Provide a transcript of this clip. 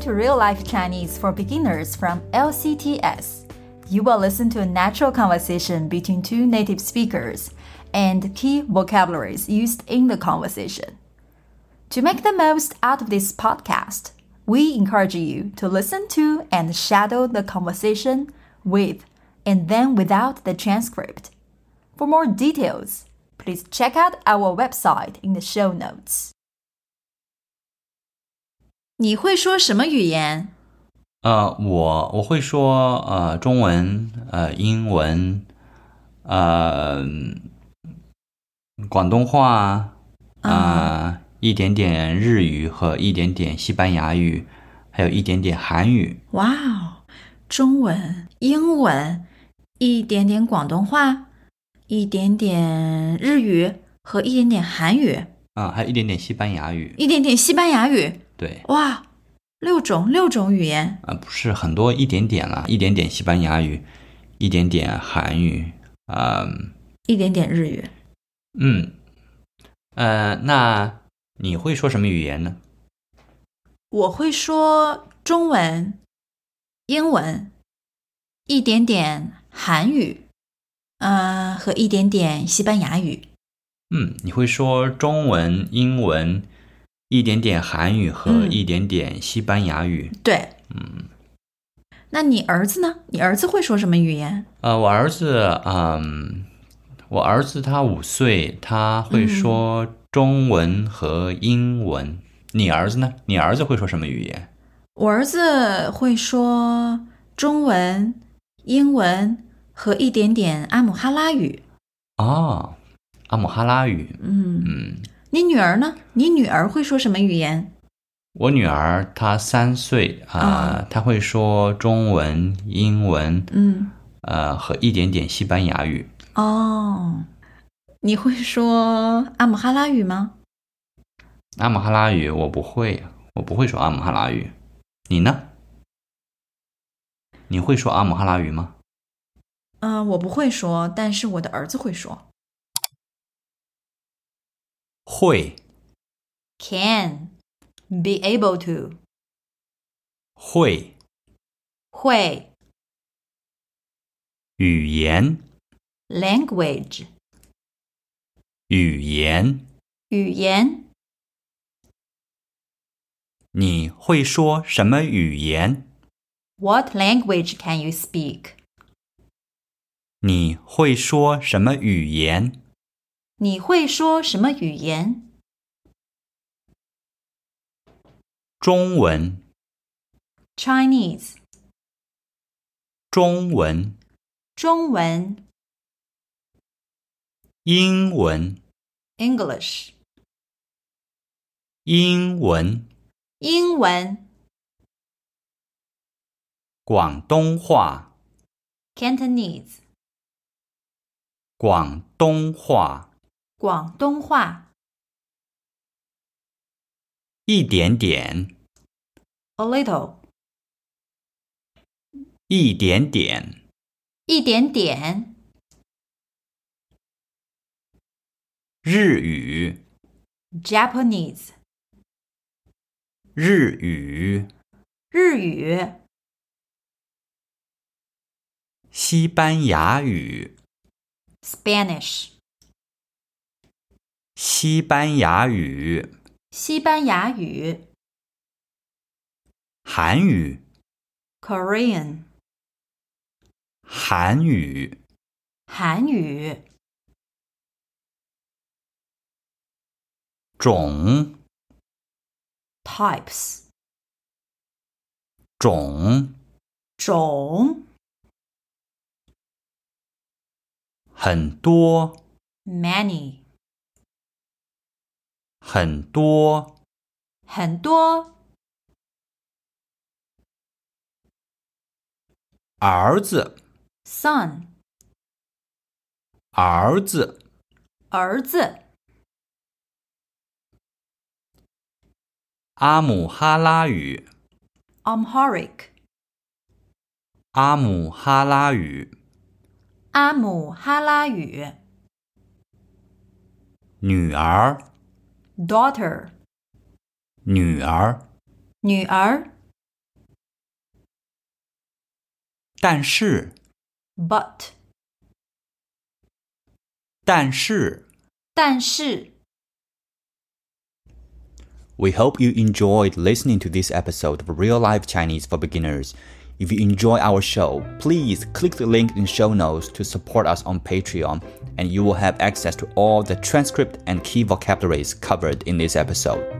to Real Life Chinese for Beginners from LCTS. You will listen to a natural conversation between two native speakers and key vocabularies used in the conversation. To make the most out of this podcast, we encourage you to listen to and shadow the conversation with and then without the transcript. For more details, please check out our website in the show notes. 你会说什么语言？呃，我我会说呃中文、呃英文、呃广东话，呃、一点点日语和一点点西班牙语，还有一点点韩语。哇哦，中文、英文，一点点广东话，一点点日语和一点点韩语，啊、还有一点点西班牙语，一点点西班牙语。对，哇，六种六种语言。啊、不是很多，一点点啦，一点点西班牙语，一点点韩语，啊、一点点日语，嗯，呃，那你会说什么语言呢？我会说中文、英文，一点点韩语，呃，和一点点西班牙语。嗯，你会说中文、英文，一点点韩语和嗯一点点西班牙语。对，嗯，那你儿子呢？你儿子会说什么语言？呃，我儿子，嗯，我儿子他五岁，他会说中文和英文。你儿子呢？你儿子会说什么语言？我儿子会说中文、英文和一点点阿姆哈拉语。哦，阿姆哈拉语。嗯，嗯，你女儿呢？你女儿会说什么语言？我女儿她三岁啊，啊她会说中文、英文，嗯，呃，和一点点西班牙语。哦，你会说阿姆哈拉语吗？阿姆哈拉语我不会，啊我不会说阿姆哈拉语。你呢？你会说阿姆哈拉语吗？嗯、我不会说，但是我的儿子会说。会， Can be able to 会会语言， language 语言。语言。你会说什么语言？ What language can you speak？你会说什么语言？你会说什么语言？中文， Chinese，中文，中文英文， English，英文，英文广东话， Cantonese，广东话，广东话一点点， a little，一点点，一点点日语。 Japanese，日语、日语西班牙语、 Spanish，西班牙语、西班牙语韩语、 Korean，韩语、韩语种、 types，种、种很多、 many，很多、很多儿子、 son，儿子、儿子阿姆哈拉语、 Amharic，阿姆哈拉语、阿姆哈拉语女儿、 daughter，女儿、女儿但是 but 但是但是 We hope you enjoyed listening to this episode of Real Life Chinese for Beginners. If you enjoy our show, please click the link in show notes to support us on Patreon, and you will have access to all the transcript and key vocabularies covered in this episode.